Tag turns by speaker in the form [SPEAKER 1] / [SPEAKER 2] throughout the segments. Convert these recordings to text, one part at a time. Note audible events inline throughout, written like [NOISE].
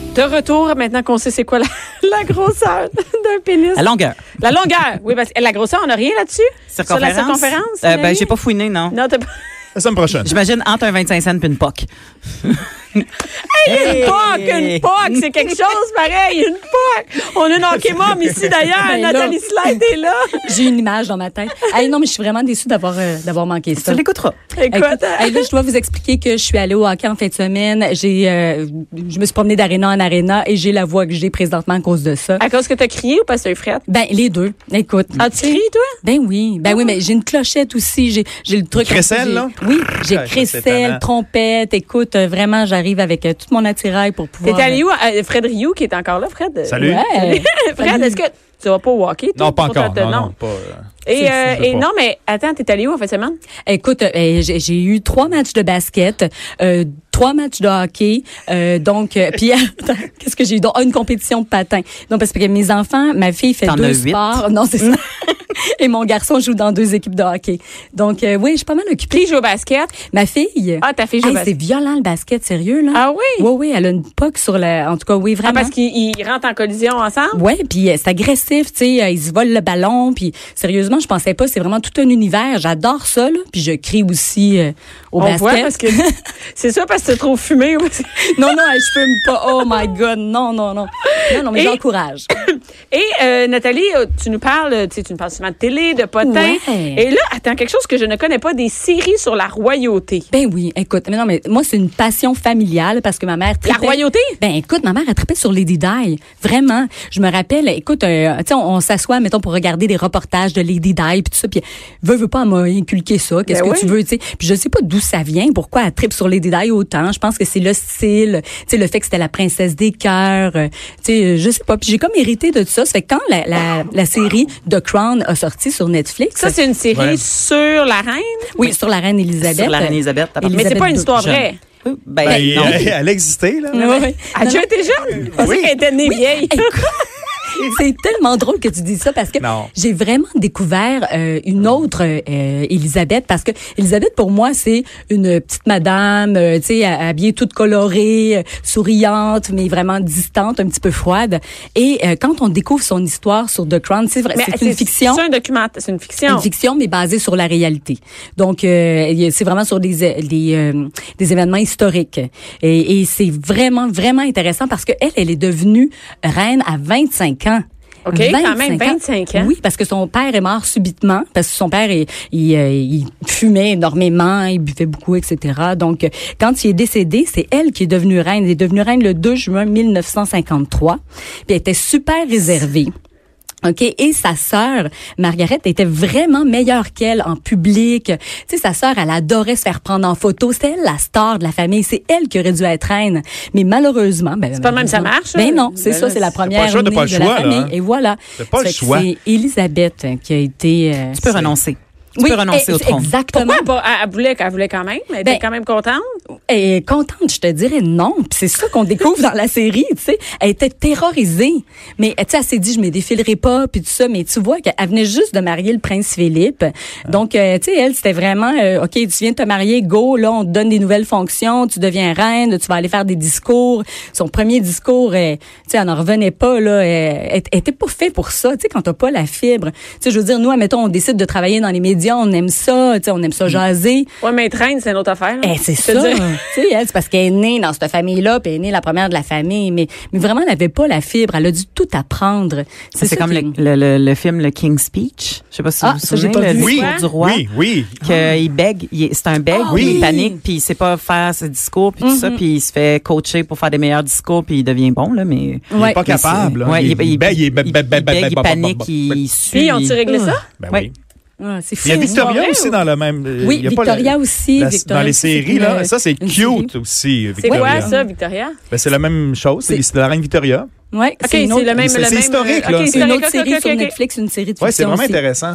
[SPEAKER 1] De retour, maintenant qu'on sait c'est quoi la, [LAUGHS] la grosseur d'un pénis.
[SPEAKER 2] La longueur.
[SPEAKER 1] La longueur, oui, parce que la grosseur, on n'a rien là-dessus? Sur la circonférence?
[SPEAKER 2] Euh, ben,
[SPEAKER 1] Mélanie?
[SPEAKER 2] j'ai pas fouiné, non.
[SPEAKER 1] Non, t'as pas...
[SPEAKER 3] La semaine prochaine.
[SPEAKER 2] J'imagine entre un 25 cents puis une POC.
[SPEAKER 1] Une POC, une POC, c'est quelque chose pareil, une POC. On a une hockey mom ici d'ailleurs,
[SPEAKER 4] Ben là.
[SPEAKER 1] Nathalie Slide est là.
[SPEAKER 4] J'ai une image dans ma tête. Hey, non, mais je suis vraiment déçue d'avoir euh, d'avoir manqué ça.
[SPEAKER 2] Tu l'écouteras.
[SPEAKER 1] Écoute,
[SPEAKER 4] [LAUGHS]
[SPEAKER 1] euh,
[SPEAKER 4] Écoute, hey, là, je dois vous expliquer que je suis allée au hockey en fin de semaine. J'ai, euh, je me suis promenée d'aréna en aréna et j'ai la voix que j'ai présentement à cause de ça.
[SPEAKER 1] à cause que t'as crié ou parce que t'as eu frette?
[SPEAKER 4] Ben les deux. Écoute.
[SPEAKER 1] As-tu crié, toi?
[SPEAKER 4] Ben oui, ben oui, mais j'ai une clochette aussi, j'ai j'ai le truc.
[SPEAKER 3] Crécelle,
[SPEAKER 4] j'ai-
[SPEAKER 3] là?
[SPEAKER 4] Oui, j'ai
[SPEAKER 3] Ouais, c'est
[SPEAKER 4] crécelle,
[SPEAKER 3] étonnant.
[SPEAKER 4] trompette. Écoute, euh, vraiment, j'arrive avec euh, tout mon attirail pour pouvoir. euh,
[SPEAKER 1] T'es allé où? À- Fred Rioux, qui est encore là, Fred? Euh,
[SPEAKER 3] Salut.
[SPEAKER 4] Ouais.
[SPEAKER 1] [LAUGHS] Fred, est-ce que tu vas pas au hockey? toi,
[SPEAKER 3] Non, pas
[SPEAKER 1] pour
[SPEAKER 3] encore.
[SPEAKER 1] te-
[SPEAKER 3] Non, non, pas. euh,
[SPEAKER 1] Et,
[SPEAKER 3] c'est-
[SPEAKER 1] euh,
[SPEAKER 3] je veux
[SPEAKER 1] et
[SPEAKER 3] pas.
[SPEAKER 1] non, mais attends, t'es allé où en fait semaine?
[SPEAKER 4] Écoute, euh, j'ai j'ai eu trois matchs de basket, euh, trois matchs de hockey, euh, donc euh, puis [LAUGHS] attends, qu'est-ce que j'ai eu donc ah, une compétition de patin. Donc parce que mes enfants, ma fille fait
[SPEAKER 2] T'en as
[SPEAKER 4] deux
[SPEAKER 2] huit.
[SPEAKER 4] sports, non c'est ça. [LAUGHS] Et mon garçon joue dans deux équipes de hockey. Donc euh, oui, je suis pas mal
[SPEAKER 1] Qui
[SPEAKER 4] occupée.
[SPEAKER 1] joue au basket?
[SPEAKER 4] Ma fille.
[SPEAKER 1] Ah, ta fille joue au
[SPEAKER 4] Hey, c'est
[SPEAKER 1] basket.
[SPEAKER 4] violent le basket, sérieux là.
[SPEAKER 1] Ah oui?
[SPEAKER 4] Oui, oui, elle a une poque sur la. En tout cas, oui,
[SPEAKER 1] Ah,
[SPEAKER 4] vraiment.
[SPEAKER 1] parce qu'ils ils rentrent en collision ensemble?
[SPEAKER 4] Ouais, puis euh, c'est agressif, tu sais, euh, ils se volent le ballon, puis sérieusement, je pensais pas, c'est vraiment tout un univers. J'adore ça, là, puis je crie aussi euh, au
[SPEAKER 1] On
[SPEAKER 4] basket.
[SPEAKER 1] voit parce
[SPEAKER 4] [LAUGHS]
[SPEAKER 1] que c'est ça parce que t'es trop fumé. ou-
[SPEAKER 4] Non, non, hey, je fume pas. Oh my God, non, non, non. Non, non, mais
[SPEAKER 1] Et-
[SPEAKER 4] j'encourage.
[SPEAKER 1] Et euh, Nathalie, euh, tu nous parles, tu, sais, tu nous parles souvent de télé, de potins.
[SPEAKER 4] Ouais.
[SPEAKER 1] Et là, attends, quelque chose que je ne connais pas, des séries sur la royauté.
[SPEAKER 4] Ben oui, écoute, mais non, mais moi, c'est une passion familiale parce que ma mère...
[SPEAKER 1] La
[SPEAKER 4] tripait-
[SPEAKER 1] royauté?
[SPEAKER 4] Ben écoute, ma mère a trippé sur Lady Di, vraiment. Je me rappelle, écoute, euh, tu sais, on, on s'assoit, mettons, pour regarder des reportages de Lady Di, puis tout ça, puis veux, veux pas, elle m'a inculqué ça, qu'est-ce
[SPEAKER 1] Ben
[SPEAKER 4] que
[SPEAKER 1] oui.
[SPEAKER 4] tu veux, tu sais. Puis je sais pas d'où ça vient, pourquoi elle trippe sur Lady Di autant. Je pense que c'est le style, tu sais, le fait que c'était la princesse des cœurs, euh, tu sais, je sais pas. Puis j'ai comme hérité de tout ça. Ça fait que quand la, la, la série The Crown a sorti sur Netflix...
[SPEAKER 1] Ça, c'est une série
[SPEAKER 3] Ouais.
[SPEAKER 1] sur la reine.
[SPEAKER 4] Oui, sur la reine Elisabeth.
[SPEAKER 2] Sur la reine Elisabeth. à partir
[SPEAKER 1] Mais c'est pas une
[SPEAKER 4] deux.
[SPEAKER 1] histoire
[SPEAKER 2] Jeune.
[SPEAKER 1] vraie.
[SPEAKER 2] Oui, Ben,
[SPEAKER 3] Ben, il-
[SPEAKER 2] non.
[SPEAKER 3] elle existait, là.
[SPEAKER 4] Oui, oui.
[SPEAKER 1] Elle a
[SPEAKER 4] Non,
[SPEAKER 1] déjà
[SPEAKER 4] non.
[SPEAKER 1] été Ben, jeune. On sait
[SPEAKER 3] Oui.
[SPEAKER 1] qu'elle était née vieille.
[SPEAKER 4] C'est tellement drôle que tu dis ça parce que
[SPEAKER 3] Non.
[SPEAKER 4] j'ai vraiment découvert euh, une autre euh, euh, Elisabeth parce que Elisabeth pour moi c'est une petite madame, euh, tu sais ha- habillée toute colorée, euh, souriante mais vraiment distante, un petit peu froide. Et euh, quand on découvre son histoire sur The Crown, c'est vrai,
[SPEAKER 1] Mais
[SPEAKER 4] c'est une fiction.
[SPEAKER 1] C'est un documentaire. C'est une fiction.
[SPEAKER 4] Une fiction, mais basée sur la réalité. Donc, euh, y a- c'est vraiment sur des é- des, euh, des événements historiques. Et, et c'est vraiment, vraiment intéressant parce que elle, elle est devenue reine à 25 ans.
[SPEAKER 1] OK, quand même, 25 ans.
[SPEAKER 4] Oui, parce que son père est mort subitement, parce que son père, il, il, euh, il fumait énormément, il buvait beaucoup, etc. Donc, euh, quand il est décédé, c'est elle qui est devenue reine. Elle est devenue reine le 2 juin 1953. Puis elle était super réservée. OK, et sa sœur, Margaret, était vraiment meilleure qu'elle en public. Tu sais, sa sœur, elle adorait se faire prendre en photo. C'était elle la star de la famille. C'est elle qui aurait dû être reine. Mais malheureusement... Ben, c'est
[SPEAKER 1] pas de même, ça marche,
[SPEAKER 4] Mais
[SPEAKER 1] hein?
[SPEAKER 4] non, c'est
[SPEAKER 1] Ben
[SPEAKER 4] ça,
[SPEAKER 1] là,
[SPEAKER 4] c'est la
[SPEAKER 1] t'as pas
[SPEAKER 3] le
[SPEAKER 4] première
[SPEAKER 3] choix, t'as pas
[SPEAKER 4] née
[SPEAKER 3] le
[SPEAKER 4] de la
[SPEAKER 3] choix, là,
[SPEAKER 4] famille.
[SPEAKER 3] hein?
[SPEAKER 4] Et voilà.
[SPEAKER 3] T'as pas
[SPEAKER 4] Ça
[SPEAKER 3] le
[SPEAKER 4] fait que
[SPEAKER 3] choix.
[SPEAKER 4] C'est Elisabeth qui a été... euh,
[SPEAKER 2] Tu peux renoncer. Tu
[SPEAKER 4] oui, eh,
[SPEAKER 2] peux renoncer
[SPEAKER 4] ex-
[SPEAKER 2] au trône.
[SPEAKER 4] Exactement.
[SPEAKER 1] Pourquoi elle, pas- elle- elle voulait, elle voulait quand même? Elle était
[SPEAKER 4] Ben,
[SPEAKER 1] quand même contente?
[SPEAKER 4] Elle est contente, je te dirais non. Puis c'est ça qu'on découvre dans la série, tu sais. Elle était terrorisée. Mais, tu sais, elle s'est dit, je me défilerai pas, puis tout ça. Mais tu vois qu'elle venait juste de marier le prince Philippe. Donc, euh, tu sais, elle, c'était vraiment, euh, OK, tu viens de te marier, go, là, on te donne des nouvelles fonctions, tu deviens reine, tu vas aller faire des discours. Son premier discours, euh, tu sais, elle n'en revenait pas, là. euh, Elle, elle était pas fait pour ça, tu sais, quand t'as pas la fibre. Tu sais, je veux dire, nous, admettons, on décide de travailler dans les médias, on aime ça, tu sais, on aime ça jaser.
[SPEAKER 1] Oui, mais être reine, c'est une autre affaire. là.
[SPEAKER 4] Eh, c'est
[SPEAKER 1] Je
[SPEAKER 4] ça.
[SPEAKER 1] te dirais.
[SPEAKER 4] Tu sais, elle, c'est parce qu'elle est née dans cette famille-là, puis elle est née la première de la famille, mais, mais vraiment, elle n'avait pas la fibre. Elle a dû tout apprendre.
[SPEAKER 1] Ah,
[SPEAKER 2] Ça, C'est
[SPEAKER 4] ça
[SPEAKER 2] comme
[SPEAKER 4] qui-
[SPEAKER 2] le, le, le, le film Le King's Speech. Je sais pas si
[SPEAKER 4] Ah,
[SPEAKER 2] vous vous
[SPEAKER 4] ça, j'ai
[SPEAKER 2] souvenez,
[SPEAKER 4] pas
[SPEAKER 2] le
[SPEAKER 4] vu.
[SPEAKER 3] Oui,
[SPEAKER 2] discours du roi.
[SPEAKER 3] oui, oui.
[SPEAKER 2] Qu'il bègue, il est- c'est un bègue,
[SPEAKER 4] Ah,
[SPEAKER 2] puis
[SPEAKER 4] oui.
[SPEAKER 2] il panique, puis il sait pas faire ses discours, puis tout ça, puis il se fait coacher pour faire des meilleurs discours, puis il devient bon, là, mais...
[SPEAKER 3] Il
[SPEAKER 4] Ouais.
[SPEAKER 3] est pas capable. là.
[SPEAKER 2] Ouais, il, il,
[SPEAKER 3] bègue, il ben,
[SPEAKER 2] il bègue, il panique, il
[SPEAKER 3] Oui,
[SPEAKER 2] suit.
[SPEAKER 1] Puis, ont-ils réglé ça?
[SPEAKER 3] Ben
[SPEAKER 2] Ouais.
[SPEAKER 3] oui.
[SPEAKER 4] Ah, c'est fou.
[SPEAKER 3] Il y a
[SPEAKER 4] C'est
[SPEAKER 3] Victoria
[SPEAKER 4] vrai,
[SPEAKER 3] aussi
[SPEAKER 4] ou-
[SPEAKER 3] dans le même. euh,
[SPEAKER 4] Oui,
[SPEAKER 3] il y a pas la-
[SPEAKER 4] Victoria aussi.
[SPEAKER 3] la-
[SPEAKER 4] Victoria
[SPEAKER 3] dans les
[SPEAKER 4] aussi, c'est
[SPEAKER 3] séries,
[SPEAKER 4] une-
[SPEAKER 3] là. Ça, c'est
[SPEAKER 4] une
[SPEAKER 3] cute
[SPEAKER 4] série.
[SPEAKER 3] aussi,
[SPEAKER 1] C'est
[SPEAKER 3] Victoria.
[SPEAKER 1] quoi ça, Victoria?
[SPEAKER 3] Ben, c'est la même chose. C'est
[SPEAKER 4] C'est-
[SPEAKER 3] l'histoire de la reine Victoria.
[SPEAKER 4] Ouais,
[SPEAKER 1] OK,
[SPEAKER 4] c'est
[SPEAKER 1] c'est
[SPEAKER 4] une
[SPEAKER 1] le
[SPEAKER 4] autre,
[SPEAKER 1] même.
[SPEAKER 3] c'est
[SPEAKER 1] le même- euh,
[SPEAKER 3] historique,
[SPEAKER 1] OK,
[SPEAKER 3] là.
[SPEAKER 4] c'est une autre
[SPEAKER 1] OK,
[SPEAKER 4] série
[SPEAKER 1] OK,
[SPEAKER 4] sur
[SPEAKER 1] OK.
[SPEAKER 4] Netflix, une série de
[SPEAKER 3] Oui, c'est
[SPEAKER 4] fiction
[SPEAKER 3] vraiment
[SPEAKER 4] aussi.
[SPEAKER 3] intéressant.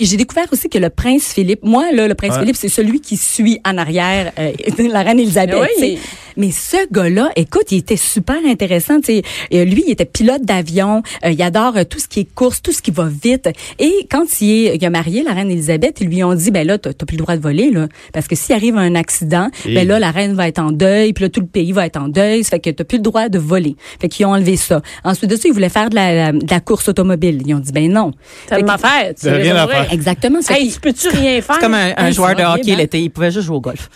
[SPEAKER 4] Et J'ai découvert aussi que le prince Philippe, moi, là, le prince
[SPEAKER 3] Ouais.
[SPEAKER 4] Philippe, c'est celui qui suit en arrière euh, [LAUGHS] la reine Elisabeth.
[SPEAKER 1] Mais oui.
[SPEAKER 4] tu sais. Mais ce gars-là, écoute, il était super intéressant. tu sais. Euh, lui, il était pilote d'avion. euh, il adore euh, tout ce qui est course, tout ce qui va vite. Et quand il, est, il a marié la reine Elisabeth, ils lui ont dit, ben là, t'as t'as plus le droit de voler, là, parce que s'il arrive un accident,
[SPEAKER 3] Et-
[SPEAKER 4] ben là, la reine va être en deuil, puis là, tout le pays va être en deuil. Ça fait que t'as plus le droit de voler. Fait qu'ils ont enlevé ça. Ensuite de ça, ils voulaient faire de la, de la course automobile. Ils ont dit, ben non.
[SPEAKER 1] T'as de
[SPEAKER 4] Fait
[SPEAKER 1] ma
[SPEAKER 4] que-
[SPEAKER 1] fête.
[SPEAKER 3] T'as rien à faire.
[SPEAKER 4] Exactement. Ça fait [LAUGHS]
[SPEAKER 1] Hey, tu peux-tu rien faire?
[SPEAKER 2] C'est comme un, un
[SPEAKER 4] Ah,
[SPEAKER 2] joueur de
[SPEAKER 4] c'est
[SPEAKER 2] hockey
[SPEAKER 4] horrible, hein?
[SPEAKER 2] l'été. Il pouvait juste jouer au golf.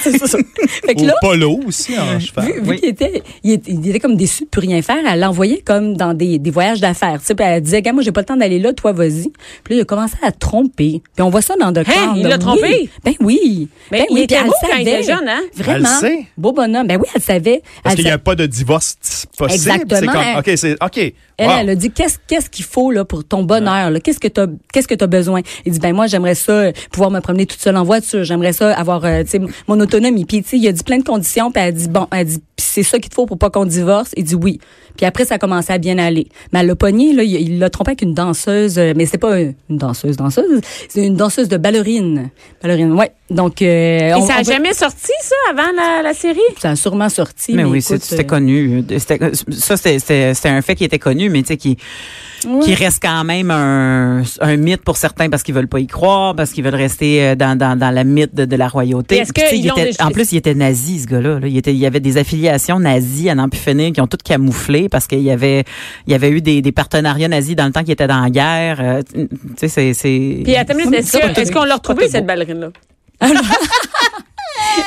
[SPEAKER 4] c'est ça. Fait que
[SPEAKER 3] Ou
[SPEAKER 4] là,
[SPEAKER 3] Polo aussi, en cheval.
[SPEAKER 4] vu, vu
[SPEAKER 2] Oui.
[SPEAKER 4] qu'il était, il était, il était comme déçu de plus rien faire, elle l'envoyait comme dans des, des voyages d'affaires. Tu sais, puis elle disait, gars, moi, j'ai pas le temps d'aller là, toi, vas-y. Puis là, il a commencé à tromper. Puis on voit ça dans Doctor.
[SPEAKER 1] Hein, il
[SPEAKER 4] là.
[SPEAKER 1] l'a trompé?
[SPEAKER 4] Oui. Ben oui.
[SPEAKER 1] Mais
[SPEAKER 4] ben
[SPEAKER 1] il
[SPEAKER 4] oui.
[SPEAKER 1] était
[SPEAKER 4] puis elle
[SPEAKER 1] beau quand il
[SPEAKER 4] savait.
[SPEAKER 1] était jeune, hein?
[SPEAKER 3] Elle le
[SPEAKER 4] Vraiment.
[SPEAKER 3] sait.
[SPEAKER 4] Beau bonhomme. Ben oui, elle savait.
[SPEAKER 3] Parce
[SPEAKER 4] Elle
[SPEAKER 3] qu'il n'y
[SPEAKER 4] sa-
[SPEAKER 3] a pas de divorce possible.
[SPEAKER 4] Exactement.
[SPEAKER 3] C'est comme, OK, c'est, OK.
[SPEAKER 4] Elle,
[SPEAKER 3] wow.
[SPEAKER 4] elle a dit qu'est-ce qu'est-ce qu'il faut là pour ton bonheur là qu'est-ce que t'as qu'est-ce que t'as besoin il dit ben moi j'aimerais ça euh, pouvoir me promener toute seule en voiture j'aimerais ça avoir euh, tu sais, m- mon autonomie puis tu sais il a dit plein de conditions puis elle dit bon elle dit Puis c'est ça qu'il te faut pour pas qu'on divorce il dit oui puis après ça a commencé à bien aller mais elle l'a pogné là il il l'a trompé avec une danseuse euh, mais c'est pas une une danseuse danseuse c'est une danseuse de ballerine ballerine ouais donc euh,
[SPEAKER 1] Et
[SPEAKER 4] on-
[SPEAKER 1] ça
[SPEAKER 4] on
[SPEAKER 1] n'a
[SPEAKER 4] va-
[SPEAKER 1] jamais sorti, ça, avant la, la série?
[SPEAKER 4] ça a sûrement sorti
[SPEAKER 2] Mais oui, c'est-
[SPEAKER 4] écoute,
[SPEAKER 2] c'était
[SPEAKER 4] euh,
[SPEAKER 2] connu. C'était- Ça, c'était- c'était c'était un fait qui était connu, mais tu sais, qui, qui reste quand même un, un mythe pour certains parce qu'ils veulent pas y croire, parce qu'ils veulent rester euh, dans, dans, dans la mythe de, de la royauté.
[SPEAKER 1] Mais est-ce
[SPEAKER 2] Puis, tu sais,
[SPEAKER 1] qu'ils
[SPEAKER 2] il
[SPEAKER 1] l'ont
[SPEAKER 2] était-
[SPEAKER 1] déjà-
[SPEAKER 2] en plus, il était nazi, ce gars-là. là. Il, était, il y avait des affiliations nazies à n'en plus finir qui ont toutes camouflé parce qu'il y avait, il y avait eu des, des partenariats nazis dans le temps qui étaient dans la guerre. Euh, tu sais, c'est- c'est...
[SPEAKER 1] Puis, attends, une minute, est-ce
[SPEAKER 4] Ça,
[SPEAKER 1] que-
[SPEAKER 4] pas
[SPEAKER 1] est-ce qu'on l'a retrouvée, cette ballerine-là? [LAUGHS]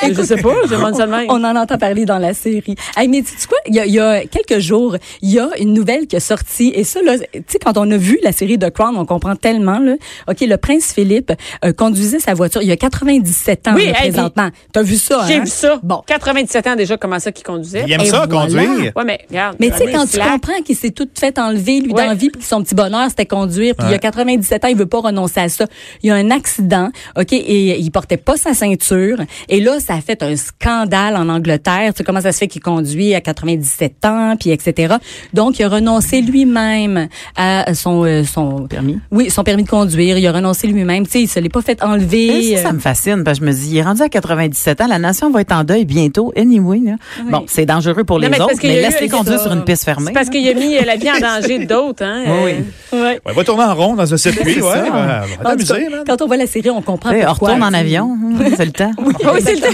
[SPEAKER 1] Je sais pas, je demande seulement.
[SPEAKER 4] On en entend parler dans la série. Hey, mais tu quoi? Il y, a, il y a quelques jours, il y a une nouvelle qui est sortie. Et ça, là, tu sais, quand on a vu la série de Crown, on comprend tellement, là. OK, le prince Philippe euh, conduisait sa voiture. Il y a 97 ans,
[SPEAKER 1] Oui,
[SPEAKER 4] là,
[SPEAKER 1] hey,
[SPEAKER 4] présentement. T'as vu ça,
[SPEAKER 1] J'ai
[SPEAKER 4] hein?
[SPEAKER 1] vu ça.
[SPEAKER 4] Bon.
[SPEAKER 1] 97 ans déjà, comment ça qu'il conduisait?
[SPEAKER 3] Il aime
[SPEAKER 4] Et
[SPEAKER 3] ça,
[SPEAKER 4] voilà.
[SPEAKER 3] conduire.
[SPEAKER 1] Ouais, mais regarde.
[SPEAKER 4] Mais tu sais,
[SPEAKER 1] Ah oui,
[SPEAKER 4] quand tu
[SPEAKER 1] slack.
[SPEAKER 4] comprends qu'il s'est tout fait enlever, lui,
[SPEAKER 1] Ouais.
[SPEAKER 4] d'envie, puis que son petit bonheur, c'était conduire, puis il y a
[SPEAKER 3] Ouais.
[SPEAKER 4] 97 ans, il veut pas renoncer à ça. Il y a un accident, OK, et il portait pas sa ceinture. Et là, ça a fait un scandale en Angleterre. Tu sais, comment ça se fait qu'il conduit à 97 ans, puis etc. Donc, il a renoncé lui-même à son... euh, son
[SPEAKER 2] Permis.
[SPEAKER 4] Oui, son permis de conduire. Il a renoncé lui-même. Tu sais, il se l'est pas fait enlever.
[SPEAKER 2] Et ça, ça
[SPEAKER 4] Euh,
[SPEAKER 2] me fascine parce que je me dis, il est rendu à 97 ans, la nation va être en deuil bientôt, anyway. là. Bon, c'est dangereux pour
[SPEAKER 1] Non,
[SPEAKER 2] les
[SPEAKER 1] mais c'est parce
[SPEAKER 2] autres,
[SPEAKER 1] qu'il y a
[SPEAKER 2] mais
[SPEAKER 1] eu-
[SPEAKER 2] laisse-les conduire sur une piste fermée.
[SPEAKER 1] C'est parce qu'il a mis euh, la vie en danger d'autres, hein?
[SPEAKER 2] Oui, oui.
[SPEAKER 1] oui.
[SPEAKER 3] Ouais, va tourner en rond dans un circuit, ouais.
[SPEAKER 2] ça.
[SPEAKER 3] ouais, Ah, va
[SPEAKER 4] euh, en tout cas,
[SPEAKER 3] t'amuser, man.
[SPEAKER 4] quand on voit la série, on comprend
[SPEAKER 2] Tu sais, Eh, on
[SPEAKER 4] pourquoi.
[SPEAKER 2] retourne en
[SPEAKER 4] Tu sais.
[SPEAKER 1] [LAUGHS]
[SPEAKER 2] avion, hum, c'est le temps.
[SPEAKER 4] [LAUGHS]
[SPEAKER 1] Oui, c'est le temps.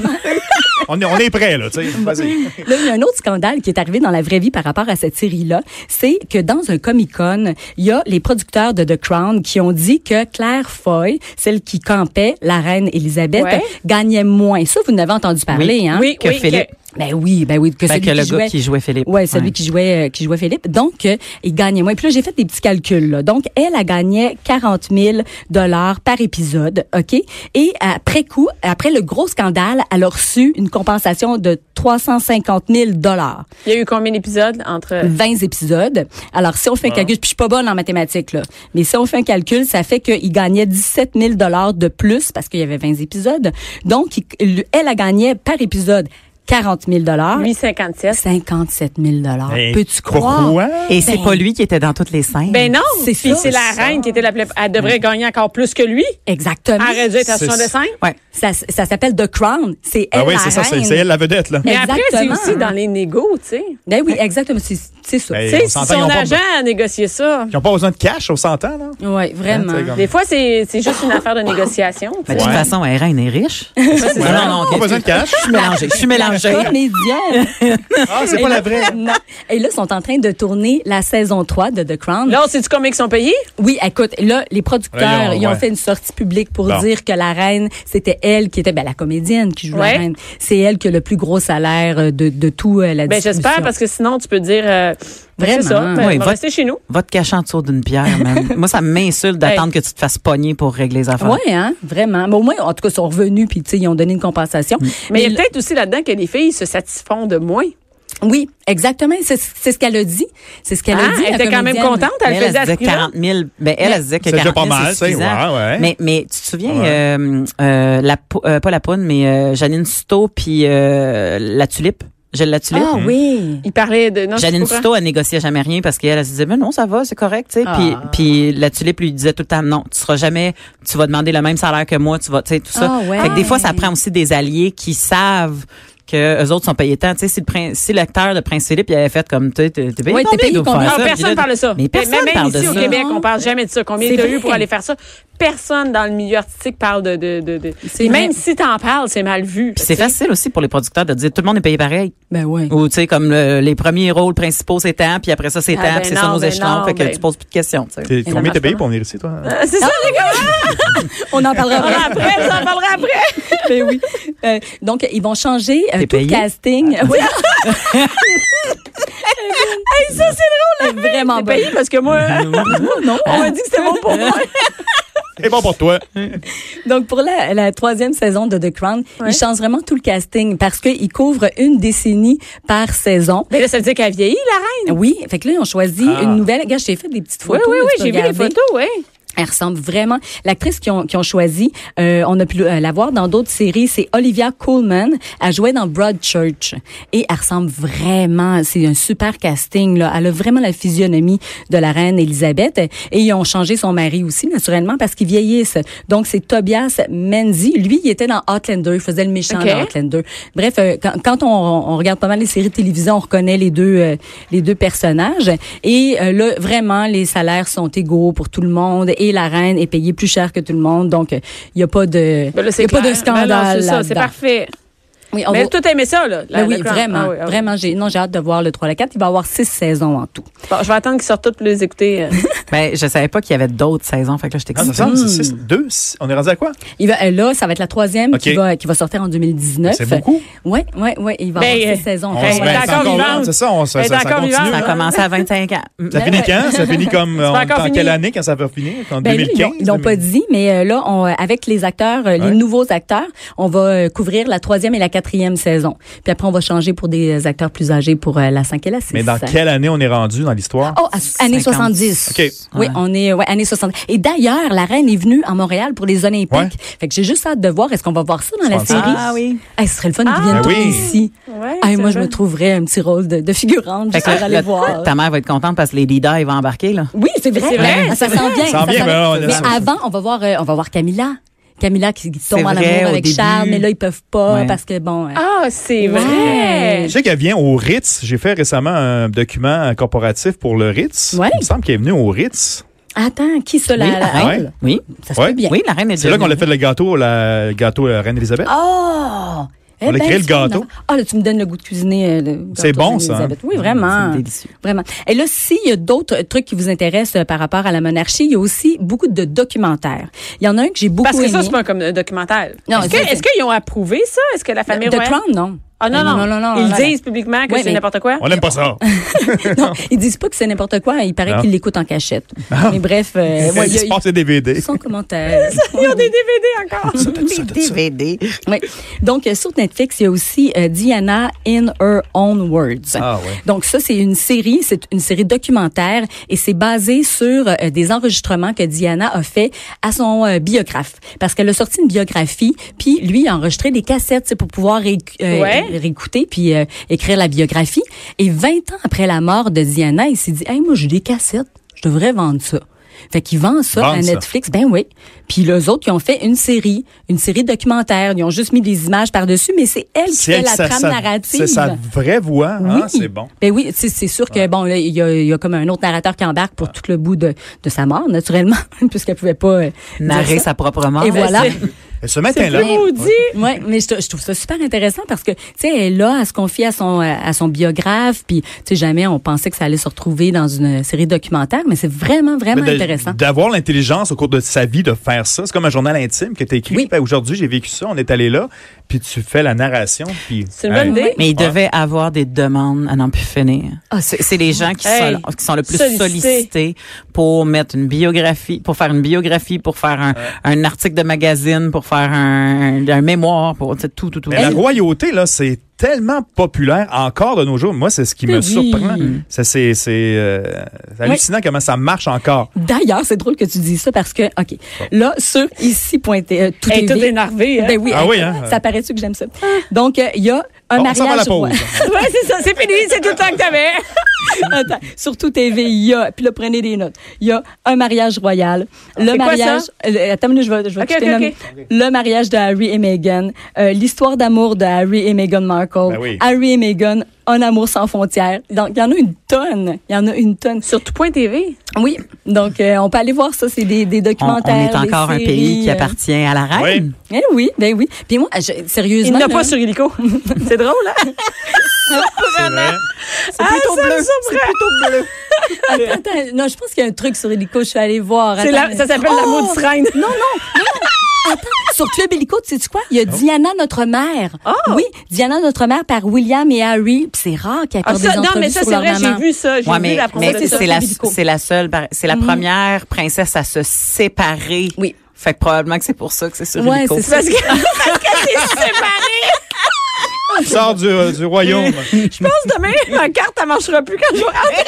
[SPEAKER 3] On est, on est prêt, là, tu sais. Vas-y.
[SPEAKER 4] Là, il y a un autre scandale qui est arrivé dans la vraie vie par rapport à cette série-là. C'est que dans un Comic-Con, il y a les producteurs de The Crown qui ont dit que Claire Foy, celle qui campait la reine Elisabeth,
[SPEAKER 1] Ouais.
[SPEAKER 4] gagnait moins. Ça, vous n'avez entendu parler, hein?
[SPEAKER 1] Euh, Oui,
[SPEAKER 2] Que
[SPEAKER 1] oui.
[SPEAKER 2] Philippe.
[SPEAKER 1] que-
[SPEAKER 4] Ben oui, ben oui, que
[SPEAKER 2] Ben,
[SPEAKER 4] celui
[SPEAKER 2] que le
[SPEAKER 4] qui
[SPEAKER 2] gars
[SPEAKER 4] jouait,
[SPEAKER 2] qui jouait Philippe.
[SPEAKER 4] Ouais, celui
[SPEAKER 2] Ouais.
[SPEAKER 4] qui jouait euh, qui jouait Philippe. Donc euh, il gagnait moins. Puis là j'ai fait des petits calculs. Là. Donc elle a gagné 40 000 dollars par épisode, ok. Et après coup, après le gros scandale, elle a reçu une compensation de 350 000 dollars.
[SPEAKER 1] Il y a eu combien d'épisodes entre.
[SPEAKER 2] Euh.
[SPEAKER 4] 20 épisodes. Alors, si on fait un
[SPEAKER 2] Ah.
[SPEAKER 4] calcul, puis je suis pas bonne en mathématiques, là, mais si on fait un calcul, ça fait qu'il gagnait 17 000 de plus parce qu'il y avait 20 épisodes. Donc, il- elle a gagné par épisode 40 000
[SPEAKER 1] Lui, 57.
[SPEAKER 4] 57 000
[SPEAKER 3] Hey,
[SPEAKER 4] Peux-tu croire?
[SPEAKER 3] Pourquoi?
[SPEAKER 2] Et c'est
[SPEAKER 4] Ben-
[SPEAKER 2] pas lui qui était dans toutes les scènes.
[SPEAKER 1] Ben non!
[SPEAKER 4] C'est
[SPEAKER 1] Puis
[SPEAKER 4] ça,
[SPEAKER 1] c'est la
[SPEAKER 4] ça.
[SPEAKER 1] reine qui était la plus. Elle devrait gagner encore plus que lui. Elle
[SPEAKER 4] Exactement.
[SPEAKER 3] Ah,
[SPEAKER 1] aurait dû être à
[SPEAKER 3] C'est-
[SPEAKER 1] 65.
[SPEAKER 2] ouais.
[SPEAKER 4] Ça, ça s'appelle The Crown. C'est elle
[SPEAKER 3] Ah oui,
[SPEAKER 4] la
[SPEAKER 3] c'est ça, c'est
[SPEAKER 4] reine.
[SPEAKER 3] c'est elle la vedette, là.
[SPEAKER 1] Mais après, c'est
[SPEAKER 4] Exactement.
[SPEAKER 1] aussi dans les négos, tu sais.
[SPEAKER 4] Ben oui, exactement. C'est c'est ça.
[SPEAKER 3] Ben,
[SPEAKER 1] Tu
[SPEAKER 3] Et
[SPEAKER 1] sais,
[SPEAKER 3] on
[SPEAKER 1] si
[SPEAKER 3] s'entend, ils
[SPEAKER 1] son
[SPEAKER 3] ont pas-
[SPEAKER 1] agent a négocié ça.
[SPEAKER 3] Ils n'ont pas besoin de cash, on s'entend, là.
[SPEAKER 4] Oui, vraiment.
[SPEAKER 3] Hein, tu sais, comme-
[SPEAKER 1] Des fois, c'est c'est juste une affaire de négociation. tu
[SPEAKER 2] Mais de
[SPEAKER 1] sais.
[SPEAKER 2] toute
[SPEAKER 3] Ouais.
[SPEAKER 2] façon, elle est reine, elle est riche.
[SPEAKER 3] Ouais,
[SPEAKER 2] ça.
[SPEAKER 3] non,
[SPEAKER 2] Non,
[SPEAKER 3] pas
[SPEAKER 2] non,
[SPEAKER 3] besoin de
[SPEAKER 1] Ah,
[SPEAKER 3] cash.
[SPEAKER 2] Je suis mélangée. Je suis mélangée.
[SPEAKER 4] Comédienne.
[SPEAKER 3] Ah, c'est pas la vraie.
[SPEAKER 4] [LAUGHS] Non. Et là, ils sont en train de tourner la saison 3 de The Crown.
[SPEAKER 1] Là, c'est du combien ils sont payés?
[SPEAKER 4] Oui, écoute, là, les producteurs,
[SPEAKER 3] Là, ils ont-
[SPEAKER 4] ils ont
[SPEAKER 3] ouais.
[SPEAKER 4] fait une sortie publique pour
[SPEAKER 3] Bon.
[SPEAKER 4] dire que la reine, c'était elle qui était ben, la comédienne qui joue
[SPEAKER 1] Ouais.
[SPEAKER 4] la reine. C'est elle qui a le plus gros salaire euh, de, de tout euh, la
[SPEAKER 1] Ben, j'espère, parce que sinon, tu peux dire. euh,
[SPEAKER 4] Vraiment.
[SPEAKER 1] C'est ça. Ben,
[SPEAKER 2] Oui,
[SPEAKER 1] on va
[SPEAKER 2] va-
[SPEAKER 1] rester chez nous.
[SPEAKER 2] Va te cacher en dessous d'une pierre, man. Moi, ça m'insulte d'attendre que tu te fasses pogner pour régler les affaires.
[SPEAKER 4] Oui, hein, vraiment. Mais au moins, en tout cas, ils sont revenus puis tu sais, ils ont donné une compensation.
[SPEAKER 1] Mais il y
[SPEAKER 4] là-
[SPEAKER 1] a peut-être aussi là-dedans que les filles se satisfont de moins.
[SPEAKER 4] Oui, exactement. C'est c'est ce qu'elle a dit. C'est ce qu'elle
[SPEAKER 1] Ah,
[SPEAKER 4] a dit.
[SPEAKER 1] elle était
[SPEAKER 4] la
[SPEAKER 1] quand même
[SPEAKER 4] comédienne.
[SPEAKER 1] contente. Elle,
[SPEAKER 2] elle, elle
[SPEAKER 1] faisait
[SPEAKER 2] se
[SPEAKER 1] à ce
[SPEAKER 2] disait
[SPEAKER 1] prix-là.
[SPEAKER 2] 40 000. Ben, elle, elle se disait que
[SPEAKER 3] C'est déjà
[SPEAKER 2] 40
[SPEAKER 3] pas
[SPEAKER 2] 000,
[SPEAKER 3] mal,
[SPEAKER 2] c'est
[SPEAKER 3] tu sais,
[SPEAKER 2] suffisant.
[SPEAKER 3] ouais, ouais.
[SPEAKER 2] Mais, mais tu te souviens,
[SPEAKER 3] Ouais.
[SPEAKER 2] euh, euh, la, pou- euh, pas la poune, mais euh, Janine Suto puis euh, la tulipe. J'ai la tulipe.
[SPEAKER 4] Ah oui.
[SPEAKER 1] Il parlait de. Non, je
[SPEAKER 2] Janine
[SPEAKER 1] comprends.
[SPEAKER 2] Suto, elle négociait jamais rien parce qu'elle, elle se disait, mais non, ça va, c'est correct, tu sais.
[SPEAKER 4] Ah.
[SPEAKER 2] Puis, puis la tulipe lui disait tout le temps, non, tu seras jamais, tu vas demander le même salaire que moi, tu vas, tu sais, tout ça.
[SPEAKER 4] Ah ouais.
[SPEAKER 2] Fait que des fois, ça
[SPEAKER 4] Ah.
[SPEAKER 2] prend aussi des alliés qui savent que eux autres sont payés tant. Tu sais, si, le prin- si l'acteur de Prince Philippe, il avait fait comme, tu sais, t'es t'es payé
[SPEAKER 4] Ouais, t'es
[SPEAKER 2] combien
[SPEAKER 4] payé
[SPEAKER 2] de faire ça?
[SPEAKER 4] combien?
[SPEAKER 1] Non,
[SPEAKER 2] Puis
[SPEAKER 1] Ah, personne
[SPEAKER 2] là,
[SPEAKER 1] ne parle de ça.
[SPEAKER 2] Mais personne
[SPEAKER 1] même
[SPEAKER 2] parle
[SPEAKER 1] ici
[SPEAKER 2] de
[SPEAKER 1] au
[SPEAKER 2] ça.
[SPEAKER 1] Québec, on parle jamais de ça. Combien
[SPEAKER 4] C'est
[SPEAKER 1] t'as
[SPEAKER 4] vrai.
[SPEAKER 1] eu pour aller faire ça? Personne dans le milieu artistique parle de. de, de, de-
[SPEAKER 4] C'est
[SPEAKER 1] Et Même
[SPEAKER 4] vrai.
[SPEAKER 1] si t'en parles, c'est mal vu.
[SPEAKER 2] Puis c'est
[SPEAKER 1] Tu sais.
[SPEAKER 2] facile aussi pour les producteurs de dire tout le monde est payé pareil.
[SPEAKER 4] Ben oui.
[SPEAKER 2] Ou tu sais comme le- les premiers rôles principaux c'est tant, puis après ça c'est
[SPEAKER 1] Ah,
[SPEAKER 2] tant,
[SPEAKER 1] ben
[SPEAKER 2] puis c'est ça
[SPEAKER 1] non,
[SPEAKER 2] nos
[SPEAKER 1] ben
[SPEAKER 2] échelons,
[SPEAKER 1] non,
[SPEAKER 2] fait que
[SPEAKER 1] ben-
[SPEAKER 2] tu poses plus de questions. tu sais.
[SPEAKER 3] T'es-
[SPEAKER 1] ça
[SPEAKER 3] Combien t'es
[SPEAKER 1] marche
[SPEAKER 3] payé
[SPEAKER 1] pas.
[SPEAKER 3] pour venir ici, toi?
[SPEAKER 1] Euh, C'est ça, les gars.
[SPEAKER 4] On en parlera
[SPEAKER 1] On en parlera
[SPEAKER 4] après.
[SPEAKER 1] après, on en parlera après.
[SPEAKER 4] [LAUGHS] Ben oui. Euh, donc, ils vont changer euh,
[SPEAKER 2] T'es
[SPEAKER 4] tout le
[SPEAKER 2] payée?
[SPEAKER 4] casting.
[SPEAKER 1] [LAUGHS]
[SPEAKER 4] Oui. ça, c'est drôle. Vraiment Ah.
[SPEAKER 1] T'es
[SPEAKER 4] bon.
[SPEAKER 1] payé parce que moi,
[SPEAKER 4] Ben, non.
[SPEAKER 1] on m'a dit que c'était bon pour moi.
[SPEAKER 3] Et bon pour toi.
[SPEAKER 4] [LAUGHS] Donc, pour la, la troisième saison de The Crown,
[SPEAKER 1] Ouais.
[SPEAKER 4] ils changent vraiment tout le casting parce qu'ils couvrent une décennie par saison.
[SPEAKER 1] Mais Ben, là, ça veut dire qu'elle vieillit, la reine.
[SPEAKER 4] Oui, fait que là, ils ont choisi une nouvelle. Regarde, je t'ai fait des petites
[SPEAKER 1] Hmm. Oui,
[SPEAKER 4] photos.
[SPEAKER 1] oui,
[SPEAKER 4] là,
[SPEAKER 1] oui,
[SPEAKER 4] tu peux
[SPEAKER 1] j'ai vu les
[SPEAKER 4] regarder.
[SPEAKER 1] photos, oui.
[SPEAKER 4] Elle ressemble vraiment. L'actrice qu'ils ont, qu'ils ont choisie, euh, on a pu euh, la voir dans d'autres séries, c'est Olivia Coleman. Elle jouait dans Broadchurch. Et elle ressemble vraiment, c'est un super casting. Là. Elle a vraiment la physionomie de la reine Elisabeth. Et ils ont changé son mari aussi, naturellement, parce qu'ils vieillissent. Donc, c'est Tobias Menzies. Lui, il était dans Outlander. Il faisait le méchant
[SPEAKER 1] Ok.
[SPEAKER 4] dans Outlander. Bref, euh, quand, quand on, on regarde pas mal les séries télévisées, on reconnaît les deux, euh, les deux personnages. Et euh, là, vraiment, les salaires sont égaux pour tout le monde et la reine est payée plus cher que tout le monde. Donc, il n'y a pas de,
[SPEAKER 1] Ben là,
[SPEAKER 4] y
[SPEAKER 1] c'est
[SPEAKER 4] a pas
[SPEAKER 1] clair.
[SPEAKER 4] de
[SPEAKER 1] Ben non,
[SPEAKER 4] scandale.
[SPEAKER 1] c'est ça, c'est
[SPEAKER 4] là-dedans.
[SPEAKER 1] parfait.
[SPEAKER 4] Oui, on
[SPEAKER 1] Mais
[SPEAKER 4] va-
[SPEAKER 1] tout aimé ça, là. la-
[SPEAKER 4] Ben oui,
[SPEAKER 1] la-
[SPEAKER 4] vraiment,
[SPEAKER 1] Ah oui, ah oui.
[SPEAKER 4] vraiment. J'ai, non, j'ai hâte de voir le 3 à 4. Il va y avoir six saisons en tout.
[SPEAKER 1] Bon, je vais attendre qu'ils sortent toutes pour les écouter.
[SPEAKER 4] [LAUGHS]
[SPEAKER 1] euh.
[SPEAKER 2] [LAUGHS] Ben je savais pas qu'il y avait d'autres saisons, fait que là j'étais
[SPEAKER 3] Ah, ça
[SPEAKER 2] excitée.
[SPEAKER 3] semble, c'est six, deux, six. On est rendu à quoi?
[SPEAKER 4] Il va, euh, là, ça va être la troisième
[SPEAKER 3] Ok.
[SPEAKER 4] qui, va, qui va sortir en 2019.
[SPEAKER 3] C'est beaucoup.
[SPEAKER 4] Oui, oui, oui. Il va y
[SPEAKER 1] Ben,
[SPEAKER 4] avoir
[SPEAKER 1] euh,
[SPEAKER 4] six saisons.
[SPEAKER 3] On
[SPEAKER 1] Ben,
[SPEAKER 3] se-
[SPEAKER 1] elle est
[SPEAKER 3] c'est
[SPEAKER 1] encore
[SPEAKER 3] encore
[SPEAKER 1] vivante.
[SPEAKER 3] C'est ça, on, ça,
[SPEAKER 1] Elle est
[SPEAKER 3] ça, ça
[SPEAKER 1] encore
[SPEAKER 3] continue.
[SPEAKER 1] vivante.
[SPEAKER 2] Ça a commencé à 25 [LAUGHS] ans. Ah,
[SPEAKER 3] Ça finit quand? Ça finit comme, euh, on
[SPEAKER 1] pas
[SPEAKER 3] est
[SPEAKER 1] encore
[SPEAKER 3] en quelle
[SPEAKER 1] fini.
[SPEAKER 3] année quand ça va finir? En
[SPEAKER 4] Ben, là, ils
[SPEAKER 3] 2015?
[SPEAKER 4] l'ont- ils l'ont pas dit, mais euh, là, on, euh, avec les acteurs, euh,
[SPEAKER 3] Ouais.
[SPEAKER 4] les nouveaux acteurs, on va euh, couvrir la troisième et la quatrième saison. Puis après, on va changer pour des acteurs plus âgés pour euh, la cinq et la six.
[SPEAKER 3] Mais dans quelle année on est rendu dans l'histoire?
[SPEAKER 4] Oh, à- année
[SPEAKER 2] 50.
[SPEAKER 4] 70.
[SPEAKER 3] OK.
[SPEAKER 2] Ouais.
[SPEAKER 4] Oui, on est ouais, année 70. Et d'ailleurs, la reine est venue à Montréal pour les Olympiques.
[SPEAKER 3] Ouais.
[SPEAKER 4] Fait que j'ai juste hâte de voir est-ce qu'on va voir ça dans la
[SPEAKER 3] Sponsor.
[SPEAKER 4] série.
[SPEAKER 2] Ah oui.
[SPEAKER 4] Hey, ce serait le fun qu'ils
[SPEAKER 3] Ah,
[SPEAKER 4] viennent tous
[SPEAKER 3] oui.
[SPEAKER 4] ici.
[SPEAKER 1] Ouais,
[SPEAKER 4] Hey,
[SPEAKER 1] c'est
[SPEAKER 4] moi, je
[SPEAKER 1] vrai.
[SPEAKER 4] me trouverais un petit rôle de, de figurante
[SPEAKER 2] Fait
[SPEAKER 4] juste
[SPEAKER 2] que là,
[SPEAKER 4] pour aller
[SPEAKER 2] là,
[SPEAKER 4] voir.
[SPEAKER 2] ta mère va être contente parce que Lady Di va embarquer là.
[SPEAKER 4] Oui, c'est vrai.
[SPEAKER 1] C'est vrai,
[SPEAKER 4] Ah, ça
[SPEAKER 1] c'est
[SPEAKER 4] sent bien.
[SPEAKER 3] Ça ben, sent bien,
[SPEAKER 4] sent
[SPEAKER 3] mais on a-
[SPEAKER 4] Mais avant, on va voir, euh, on va voir Camilla. Camilla qui, qui tombe en
[SPEAKER 2] vrai,
[SPEAKER 4] amour
[SPEAKER 2] au
[SPEAKER 4] avec
[SPEAKER 2] début.
[SPEAKER 4] Charles, mais là, ils peuvent pas
[SPEAKER 2] Ouais.
[SPEAKER 4] parce que bon. euh,
[SPEAKER 1] Ah, c'est
[SPEAKER 4] Ouais.
[SPEAKER 1] vrai.
[SPEAKER 3] Je sais qu'elle vient au Ritz. J'ai fait récemment un document corporatif pour le Ritz.
[SPEAKER 4] Ouais.
[SPEAKER 3] Il me semble qu'elle est venue au Ritz.
[SPEAKER 1] Ah.
[SPEAKER 4] Attends, qui ça, la,
[SPEAKER 2] oui,
[SPEAKER 4] la-
[SPEAKER 2] la reine.
[SPEAKER 4] elle?
[SPEAKER 2] Oui.
[SPEAKER 4] Ça se
[SPEAKER 3] Ah Ouais.
[SPEAKER 4] fait bien.
[SPEAKER 2] Oui, la reine est
[SPEAKER 3] C'est là
[SPEAKER 2] devenue-
[SPEAKER 3] qu'on a fait le gâteau, la, le gâteau euh, Reine Elisabeth.
[SPEAKER 4] Oh!
[SPEAKER 3] On a créé le
[SPEAKER 4] tu vois,
[SPEAKER 3] gâteau.
[SPEAKER 4] on a- Ah, là, tu me donnes le goût de cuisiner. euh, le gâteau
[SPEAKER 3] C'est bon,
[SPEAKER 4] Reine
[SPEAKER 3] ça, hein?
[SPEAKER 4] Élisabeth. Oui, vraiment.
[SPEAKER 2] C'est délicieux.
[SPEAKER 4] Vraiment. Et là, s'il y a d'autres trucs qui vous intéressent euh, par rapport à la monarchie, il y a aussi beaucoup de documentaires. Il y en a un que j'ai beaucoup
[SPEAKER 1] Parce que
[SPEAKER 4] aimé.
[SPEAKER 1] ça, c'est pas comme un documentaire.
[SPEAKER 4] Non,
[SPEAKER 1] Est-ce
[SPEAKER 4] c'est-
[SPEAKER 1] que- est-ce qu'ils ont approuvé ça? Est-ce que la famille
[SPEAKER 4] The
[SPEAKER 1] royale-
[SPEAKER 3] [LAUGHS]
[SPEAKER 4] Crown, non.
[SPEAKER 1] Ah non, non. Ils
[SPEAKER 4] non, non.
[SPEAKER 1] disent publiquement que
[SPEAKER 4] Ouais,
[SPEAKER 1] c'est
[SPEAKER 4] mais-
[SPEAKER 1] n'importe quoi.
[SPEAKER 3] On n'aime pas [LAUGHS] ça.
[SPEAKER 4] Non, ils disent pas que c'est n'importe quoi. Il paraît
[SPEAKER 3] Non.
[SPEAKER 4] qu'ils l'écoutent en cachette. Mais bref,
[SPEAKER 3] [LAUGHS]
[SPEAKER 4] euh, ouais,
[SPEAKER 3] Il se
[SPEAKER 4] il y a-
[SPEAKER 3] passe des DVD.
[SPEAKER 4] sans
[SPEAKER 3] [LAUGHS]
[SPEAKER 4] commentaire.
[SPEAKER 1] Ils ont des DVD encore.
[SPEAKER 2] DVD.
[SPEAKER 4] Oui. Donc, euh, sur Netflix, il y a aussi euh, Diana in Her Own Words.
[SPEAKER 3] Ah ouais.
[SPEAKER 4] Donc, ça, c'est une série, c'est une série documentaire et c'est basé sur euh, des enregistrements que Diana a fait à son euh, biographe. Parce qu'elle a sorti une biographie, puis lui a enregistré des cassettes tu sais, pour pouvoir ré- euh,
[SPEAKER 1] Ouais.
[SPEAKER 4] réécouter puis euh, écrire la biographie. Et 20 ans après la mort de Diana, il s'est dit, « Hey, moi, j'ai des cassettes. Je devrais vendre ça. » Fait qu'il vend ça
[SPEAKER 3] Vendre
[SPEAKER 4] à
[SPEAKER 3] ça.
[SPEAKER 4] Netflix. Netflix, ben oui. Puis les autres, ils ont fait une série, une série documentaire. Ils ont juste mis des images par-dessus, mais c'est elle qui
[SPEAKER 3] C'est
[SPEAKER 4] fait
[SPEAKER 3] elle,
[SPEAKER 4] la
[SPEAKER 3] ça-
[SPEAKER 4] trame
[SPEAKER 3] ça-
[SPEAKER 4] narrative.
[SPEAKER 3] C'est sa vraie voix. hein, C'est bon.
[SPEAKER 4] Ben oui, c'est c'est sûr que bon, là, il y, a- il y a comme un autre narrateur qui embarque pour tout le bout de, de sa mort, naturellement, [LAUGHS] puisqu'elle pouvait pas euh, dire
[SPEAKER 2] Narrer
[SPEAKER 4] ça.
[SPEAKER 2] sa propre mort.
[SPEAKER 4] Et voilà.
[SPEAKER 3] Et ce
[SPEAKER 1] C'est
[SPEAKER 3] matin-là,
[SPEAKER 1] plus maudit.
[SPEAKER 4] Ouais, mais je, je trouve ça super intéressant parce que tu sais elle est là à se confier à son euh, à son biographe puis tu sais jamais on pensait que ça allait se retrouver dans une série documentaire mais c'est vraiment vraiment
[SPEAKER 3] Mais de-
[SPEAKER 4] intéressant.
[SPEAKER 3] D'avoir l'intelligence au cours de sa vie de faire ça. C'est comme un journal intime que tu écrit.
[SPEAKER 4] Oui.
[SPEAKER 3] Ben, Aujourd'hui, j'ai vécu ça, on est allé là, puis tu fais la narration. puis-
[SPEAKER 1] C'est une bonne idée.
[SPEAKER 2] Mais il devait avoir des demandes à n'en plus finir.
[SPEAKER 4] Ah,
[SPEAKER 2] Ah. c'est c'est les gens qui,
[SPEAKER 1] Hey,
[SPEAKER 2] sont, qui sont le plus
[SPEAKER 1] sollicité.
[SPEAKER 2] sollicités pour mettre une biographie, pour faire une biographie, pour faire un, un article de magazine, pour faire un, un mémoire, pour tu sais, tout, tout, tout.
[SPEAKER 3] Mais la royauté, là, c'est tellement populaire encore de nos jours. Moi, c'est ce qui me
[SPEAKER 4] Oui.
[SPEAKER 3] surprend. Ça, C'est c'est, euh, c'est hallucinant comment ça marche encore.
[SPEAKER 4] D'ailleurs, c'est drôle que tu dises ça parce que, OK, là, sur ici, pointé, euh, tout
[SPEAKER 1] Elle est Ah.
[SPEAKER 4] est
[SPEAKER 1] toute
[SPEAKER 4] vide.
[SPEAKER 1] énervée, hein?
[SPEAKER 4] Ben oui,
[SPEAKER 3] Ah
[SPEAKER 4] elle-
[SPEAKER 3] oui, hein?
[SPEAKER 4] ça paraît-tu que j'aime ça? Donc, euh, il y a un
[SPEAKER 3] Bon, on s'en va à la
[SPEAKER 4] mariage roi.
[SPEAKER 3] pause.
[SPEAKER 1] Ouais, c'est ça, c'est fini, c'est tout le temps que t'avais.
[SPEAKER 4] [LAUGHS] Attends, surtout TV, il y a, puis là, prenez des notes. Il y a un mariage royal, le
[SPEAKER 1] C'est quoi
[SPEAKER 4] mariage,
[SPEAKER 1] ça?
[SPEAKER 4] euh, attends une minute, je vais, je vais
[SPEAKER 1] Ok,
[SPEAKER 4] tout
[SPEAKER 1] ok,
[SPEAKER 4] te nommer. le mariage de Harry et Meghan, euh, l'histoire d'amour de Harry et Meghan Markle,
[SPEAKER 3] Ben oui.
[SPEAKER 4] Harry et Meghan, un amour sans frontières. Donc, il y en a une tonne, il y en a une tonne.
[SPEAKER 1] Sur tout point TV.
[SPEAKER 4] Oui, donc euh, on peut aller voir ça, c'est des, des
[SPEAKER 2] On, on
[SPEAKER 4] documentaires.
[SPEAKER 2] est
[SPEAKER 4] des
[SPEAKER 2] encore un pays
[SPEAKER 4] séries,
[SPEAKER 2] qui
[SPEAKER 4] euh,
[SPEAKER 2] appartient à la reine.
[SPEAKER 4] Eh oui, ben oui. Puis moi, je-
[SPEAKER 1] Il
[SPEAKER 4] sérieusement,
[SPEAKER 1] n'a
[SPEAKER 4] là,
[SPEAKER 1] pas sur
[SPEAKER 4] [LAUGHS]
[SPEAKER 1] Illico. C'est drôle, hein? Ah,
[SPEAKER 3] C'est vrai.
[SPEAKER 2] C'est plutôt
[SPEAKER 1] ça me
[SPEAKER 2] bleu. C'est plutôt bleu.
[SPEAKER 4] attends, attends, non, je pense qu'il y a un truc sur Helico, je suis allée voir.
[SPEAKER 1] C'est
[SPEAKER 4] Attends,
[SPEAKER 1] la- ça s'appelle
[SPEAKER 4] Oh!
[SPEAKER 1] la maudite reine.
[SPEAKER 4] Non, non, non. Attends, sur Club Helico, tu sais quoi? Il y a
[SPEAKER 2] Oh.
[SPEAKER 4] Diana, notre mère.
[SPEAKER 1] Oh!
[SPEAKER 4] Oui, Diana, notre mère par William et Harry. Puis c'est rare qu'elle
[SPEAKER 1] Ah,
[SPEAKER 4] accorde
[SPEAKER 1] ça,
[SPEAKER 4] des
[SPEAKER 1] non, mais
[SPEAKER 4] entrevues
[SPEAKER 1] ça,
[SPEAKER 4] sur
[SPEAKER 1] c'est
[SPEAKER 4] leur
[SPEAKER 1] vrai, j'ai
[SPEAKER 4] maman.
[SPEAKER 1] vu ça. J'ai
[SPEAKER 2] Ouais,
[SPEAKER 1] vu
[SPEAKER 2] mais,
[SPEAKER 1] la
[SPEAKER 2] mais
[SPEAKER 4] princesse
[SPEAKER 1] promo de ça.
[SPEAKER 2] c'est la,
[SPEAKER 4] Hidalgo.
[SPEAKER 2] c'est la seule, par- c'est la première princesse à se séparer.
[SPEAKER 4] Oui.
[SPEAKER 2] Fait que probablement que c'est pour ça que c'est sur
[SPEAKER 4] Ouais,
[SPEAKER 2] Illico.
[SPEAKER 4] c'est
[SPEAKER 1] Parce que, parce que t'es séparée.
[SPEAKER 3] Sors du, euh, du royaume.
[SPEAKER 1] Je pense demain,
[SPEAKER 4] [LAUGHS]
[SPEAKER 1] ma carte, elle marchera plus quand je vais rentrer.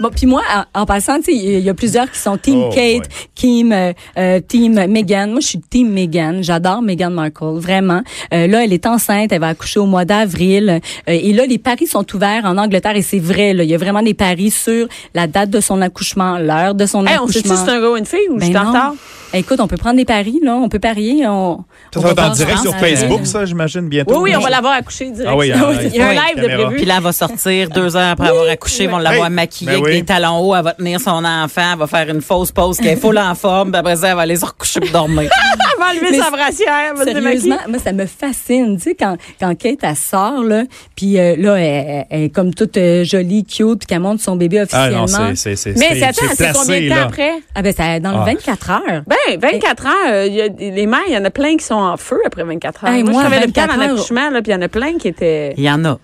[SPEAKER 4] Bon, puis moi, en, en passant, tu sais, il y a plusieurs qui sont Team
[SPEAKER 3] Oh,
[SPEAKER 4] Kate,
[SPEAKER 3] ouais.
[SPEAKER 4] Team, euh, euh, team Meghan. Moi, je suis Team Meghan. J'adore Meghan Markle, vraiment. Euh, là, elle est enceinte, elle va accoucher au mois d'avril. Euh, et là, les paris sont ouverts en Angleterre et c'est vrai. Là, il y a vraiment des paris sur la date de son accouchement, l'heure de son
[SPEAKER 1] Hey, Eh, on sait-tu
[SPEAKER 4] accouchement.
[SPEAKER 1] si c'est un gars ou une fille ou je
[SPEAKER 4] Ben
[SPEAKER 1] suis en
[SPEAKER 4] non.
[SPEAKER 1] retard?
[SPEAKER 4] Écoute, on peut prendre des paris, là. On peut parier. On,
[SPEAKER 3] Ça, ça
[SPEAKER 4] on
[SPEAKER 3] va être en
[SPEAKER 4] voir,
[SPEAKER 3] direct
[SPEAKER 4] je
[SPEAKER 3] sur
[SPEAKER 4] pense,
[SPEAKER 3] Facebook,
[SPEAKER 4] euh,
[SPEAKER 3] ça, j'imagine, bientôt.
[SPEAKER 1] Oui, oui, on va l'avoir accouchée direct. [LAUGHS]
[SPEAKER 3] Ah oui, hein,
[SPEAKER 1] il y a un
[SPEAKER 2] oui,
[SPEAKER 1] live de
[SPEAKER 3] caméra.
[SPEAKER 2] Puis
[SPEAKER 1] [LAUGHS] prévu.
[SPEAKER 2] là, elle va sortir deux heures après avoir accouché. Ils vont l'avoir
[SPEAKER 3] Hey,
[SPEAKER 2] maquillée
[SPEAKER 3] ben
[SPEAKER 2] avec
[SPEAKER 3] oui.
[SPEAKER 2] des talons hauts. Elle va tenir son enfant. Elle va faire une fausse pause qu'elle est full en forme. Puis après ça, elle va aller se recoucher pour dormir.
[SPEAKER 1] Elle va enlever
[SPEAKER 4] Mais
[SPEAKER 1] sa brassière, elle va se démaquiller.
[SPEAKER 4] Sérieusement, moi, ça me fascine. Tu sais, quand, quand Kate, elle sort, là, puis euh, là, elle, elle est comme toute euh, jolie, cute, puis qu'elle montre son bébé
[SPEAKER 3] Ah
[SPEAKER 4] officiellement.
[SPEAKER 3] non, c'est c'est c'est
[SPEAKER 1] Mais c'est- attends, c'est
[SPEAKER 3] placé,
[SPEAKER 1] combien de
[SPEAKER 3] là.
[SPEAKER 1] temps après?
[SPEAKER 4] ah ben, ça, dans
[SPEAKER 3] Ah.
[SPEAKER 4] le 24 heures.
[SPEAKER 1] Ben, 24 ans, euh, il y a, les mères, il y en a plein qui sont en feu après 24 heures.
[SPEAKER 4] Hey,
[SPEAKER 1] moi,
[SPEAKER 4] moi,
[SPEAKER 1] je travaillais à l'hôpital
[SPEAKER 4] 24
[SPEAKER 1] en
[SPEAKER 4] heures.
[SPEAKER 1] accouchement, là, puis il y en a plein qui étaient...
[SPEAKER 2] Il y en a.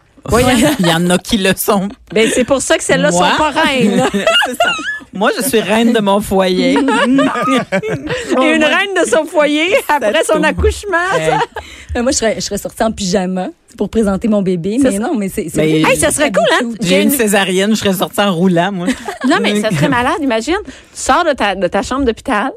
[SPEAKER 2] Il y en a qui le sont.
[SPEAKER 1] Ben, c'est pour ça que celles-là sont
[SPEAKER 2] Moi?
[SPEAKER 1] pas reines. [LAUGHS] là.
[SPEAKER 2] C'est ça. Moi, je suis reine de mon foyer.
[SPEAKER 1] Et une reine de son [LAUGHS] foyer après son
[SPEAKER 2] tout.
[SPEAKER 1] accouchement.
[SPEAKER 2] Euh,
[SPEAKER 4] Ben, moi, je serais, je serais sortie en pyjama pour présenter mon bébé.
[SPEAKER 1] Ça
[SPEAKER 4] mais
[SPEAKER 1] serait-
[SPEAKER 4] non, mais c'est... c'est
[SPEAKER 2] Mais-
[SPEAKER 4] vrai.
[SPEAKER 1] Hey, ça serait cool, hein?
[SPEAKER 2] J'ai
[SPEAKER 1] J'ai
[SPEAKER 2] une
[SPEAKER 1] une-
[SPEAKER 2] césarienne, je serais sortie en roulant, moi.
[SPEAKER 1] Non, mais ça serait malade, imagine. Tu sors de ta, de ta chambre d'hôpital,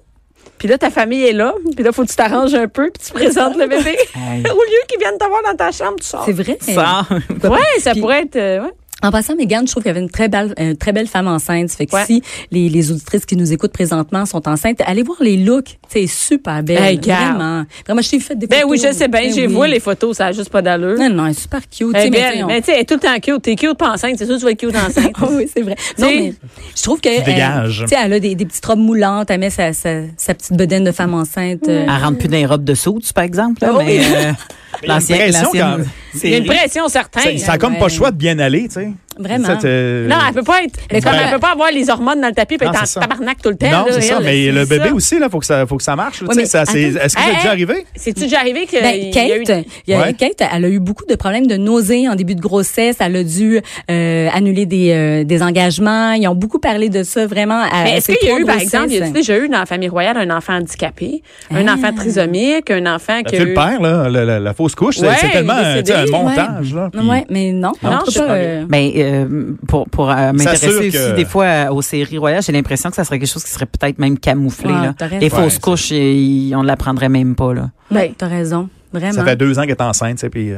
[SPEAKER 1] puis là, ta famille est là, puis là, faut que tu t'arranges un peu, puis tu présentes le [LAUGHS] bébé.
[SPEAKER 2] Hey.
[SPEAKER 1] Au lieu qu'ils viennent te voir dans ta chambre, tu sors.
[SPEAKER 4] C'est vrai.
[SPEAKER 2] Ça.
[SPEAKER 1] Ouais, ça
[SPEAKER 4] Puis-
[SPEAKER 1] pourrait être... euh, ouais.
[SPEAKER 4] En passant, Megan, je trouve qu'il y avait une très belle, une très belle femme enceinte. Fait que
[SPEAKER 1] Ouais.
[SPEAKER 4] si les, les auditrices qui nous écoutent présentement sont enceintes, allez voir les looks. C'est super belle.
[SPEAKER 1] Hey, garde.
[SPEAKER 4] vraiment. Vraiment, je t'ai fait des
[SPEAKER 1] Ben
[SPEAKER 4] photos.
[SPEAKER 1] oui, je sais bien,
[SPEAKER 4] Ben
[SPEAKER 1] j'ai
[SPEAKER 4] oui.
[SPEAKER 1] vu les photos, ça a juste pas d'allure.
[SPEAKER 4] Non, non, elle est super cute.
[SPEAKER 1] Elle
[SPEAKER 3] Eh
[SPEAKER 4] tu
[SPEAKER 3] ben,
[SPEAKER 4] sais,
[SPEAKER 1] est belle,
[SPEAKER 4] mais tu sais, on-
[SPEAKER 1] mais tu sais, elle est tout le temps cute. T'es cute pas enceinte, c'est sûr que tu vas être cute
[SPEAKER 3] [LAUGHS]
[SPEAKER 1] enceinte.
[SPEAKER 4] [LAUGHS] Ah oui, c'est vrai. Non, mais je trouve que. euh,
[SPEAKER 3] dégages.
[SPEAKER 4] Tu sais, elle a des, des petites robes moulantes, elle met sa, sa, sa petite bedaine de femme enceinte. euh,
[SPEAKER 2] Elle rentre plus dans les robes de soutes, par exemple. là,
[SPEAKER 4] Oh
[SPEAKER 2] mais
[SPEAKER 4] oui.
[SPEAKER 2] euh,
[SPEAKER 3] y a une
[SPEAKER 2] l'ancienne-
[SPEAKER 3] pression
[SPEAKER 2] l'ancienne-
[SPEAKER 3] quand même.
[SPEAKER 2] c'est-
[SPEAKER 1] Il y a une pression certaine.
[SPEAKER 3] Ça- Ça a comme pas le choix de bien aller, tu sais.
[SPEAKER 4] Vraiment.
[SPEAKER 3] Ça, t'es-
[SPEAKER 1] Non, elle peut pas être. Mais comme
[SPEAKER 3] Ben-
[SPEAKER 1] elle peut pas avoir les hormones dans le tapis et
[SPEAKER 3] Non,
[SPEAKER 1] être en
[SPEAKER 3] c'est ça.
[SPEAKER 1] tabarnak tout le temps.
[SPEAKER 3] Non,
[SPEAKER 1] là,
[SPEAKER 3] c'est ça,
[SPEAKER 1] elle,
[SPEAKER 3] mais
[SPEAKER 1] c'est
[SPEAKER 3] le bébé
[SPEAKER 1] ça.
[SPEAKER 3] aussi, là, faut que ça, faut que ça marche. là,
[SPEAKER 4] Ouais,
[SPEAKER 3] tu sais,
[SPEAKER 4] mais
[SPEAKER 3] ça, c'est-
[SPEAKER 4] attends.
[SPEAKER 3] Est-ce que c'est
[SPEAKER 1] Hey,
[SPEAKER 3] déjà
[SPEAKER 1] hey,
[SPEAKER 3] arrivé?
[SPEAKER 1] C'est-tu déjà arrivé que.
[SPEAKER 4] Ben,
[SPEAKER 1] il y a eu-
[SPEAKER 2] euh,
[SPEAKER 4] Kate, il y a-
[SPEAKER 3] Ouais.
[SPEAKER 4] Kate, elle a eu beaucoup de problèmes de nausées en début de grossesse. Elle a dû euh, annuler des, euh, des engagements. Ils ont beaucoup parlé de ça, vraiment. à-
[SPEAKER 1] Mais est-ce
[SPEAKER 4] ces
[SPEAKER 1] qu'il y a
[SPEAKER 4] trois
[SPEAKER 1] eu, par
[SPEAKER 4] grossesses.
[SPEAKER 1] exemple, y a déjà eu dans la famille royale un enfant handicapé, un
[SPEAKER 2] Ah.
[SPEAKER 1] enfant trisomique, un enfant
[SPEAKER 3] Là,
[SPEAKER 1] que.
[SPEAKER 3] Tu le père, là, la, la- la fausse couche, c'est-
[SPEAKER 1] Ouais,
[SPEAKER 3] c'est tellement
[SPEAKER 1] il est
[SPEAKER 3] un, tu sais, un
[SPEAKER 1] décédé,
[SPEAKER 3] montage. Là, puis-
[SPEAKER 4] Ouais, mais non.
[SPEAKER 1] Non,
[SPEAKER 4] en
[SPEAKER 1] je
[SPEAKER 4] tout
[SPEAKER 1] sais
[SPEAKER 4] cas,
[SPEAKER 1] pas.
[SPEAKER 4] euh,
[SPEAKER 2] Ben, euh, pour pour euh,
[SPEAKER 3] S'assure
[SPEAKER 2] m'intéresser aussi
[SPEAKER 3] que-
[SPEAKER 2] des fois euh, aux séries royales, j'ai l'impression que ça serait quelque chose qui serait peut-être même camouflé.
[SPEAKER 4] Ouais,
[SPEAKER 2] là.
[SPEAKER 4] t'as raison.
[SPEAKER 2] Les fausses
[SPEAKER 3] Ouais,
[SPEAKER 2] couches, ils- on ne l'apprendrait même pas.
[SPEAKER 1] Ben,
[SPEAKER 2] Là.
[SPEAKER 4] ouais, t'as raison. Vraiment.
[SPEAKER 3] Ça fait deux ans qu'elle est enceinte, tu sais, puis... euh,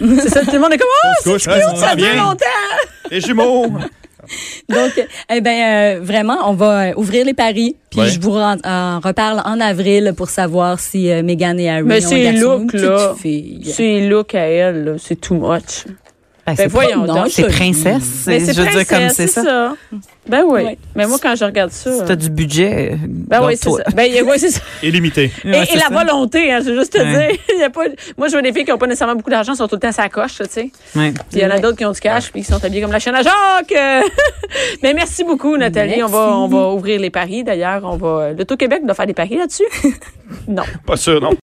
[SPEAKER 1] C'est ça, tout le monde est comme. Oh,
[SPEAKER 3] fausse couche, ouais, on
[SPEAKER 1] ça
[SPEAKER 3] s'en
[SPEAKER 1] dure
[SPEAKER 3] vient.
[SPEAKER 1] longtemps!
[SPEAKER 3] Les jumeaux!
[SPEAKER 4] [LAUGHS] Donc, eh ben, euh, vraiment, on va euh, ouvrir les paris, puis
[SPEAKER 3] Ouais.
[SPEAKER 4] je vous ren- en reparle en avril pour savoir si euh, Meghan et Harry
[SPEAKER 1] Mais
[SPEAKER 4] ont
[SPEAKER 1] ces
[SPEAKER 4] un garçon ou une
[SPEAKER 1] looks,
[SPEAKER 4] petite
[SPEAKER 1] là,
[SPEAKER 4] fille.
[SPEAKER 1] C'est look à elle, là, c'est too much.
[SPEAKER 2] Ben, c'est
[SPEAKER 1] voyons
[SPEAKER 2] pas-
[SPEAKER 1] donc,
[SPEAKER 2] C'est
[SPEAKER 4] joli.
[SPEAKER 2] princesse.
[SPEAKER 1] Mais
[SPEAKER 2] c'est-
[SPEAKER 1] c'est
[SPEAKER 2] Ben, Je veux dire, comme
[SPEAKER 1] princesse,
[SPEAKER 2] c'est ça.
[SPEAKER 1] Ben oui.
[SPEAKER 4] Ouais.
[SPEAKER 1] Mais moi, quand je regarde ça.
[SPEAKER 2] Si tu as du budget, euh,
[SPEAKER 1] Ben oui, c'est
[SPEAKER 2] garde-toi.
[SPEAKER 1] ça. Ben y a- ouais, c'est
[SPEAKER 2] [LAUGHS]
[SPEAKER 1] ça.
[SPEAKER 3] Illimité.
[SPEAKER 1] Et,
[SPEAKER 2] Ouais,
[SPEAKER 1] et
[SPEAKER 2] c'est
[SPEAKER 1] la
[SPEAKER 2] ça.
[SPEAKER 1] volonté, hein, je veux juste te
[SPEAKER 2] Ouais.
[SPEAKER 1] dire. [LAUGHS] Il y a pas, moi, je vois des filles qui n'ont pas nécessairement beaucoup d'argent, sont tout le temps sa coche, tu sais.
[SPEAKER 2] Ouais.
[SPEAKER 1] Puis il y en a d'autres qui ont du cash, puis qui sont habillés comme la chaîne à Jacques. Euh, [LAUGHS] Mais merci beaucoup, Nathalie. On va,
[SPEAKER 4] Merci.
[SPEAKER 1] euh, on va ouvrir les paris. D'ailleurs, on va, le Québec doit faire des paris là-dessus. [LAUGHS] non.
[SPEAKER 3] Pas sûr, non.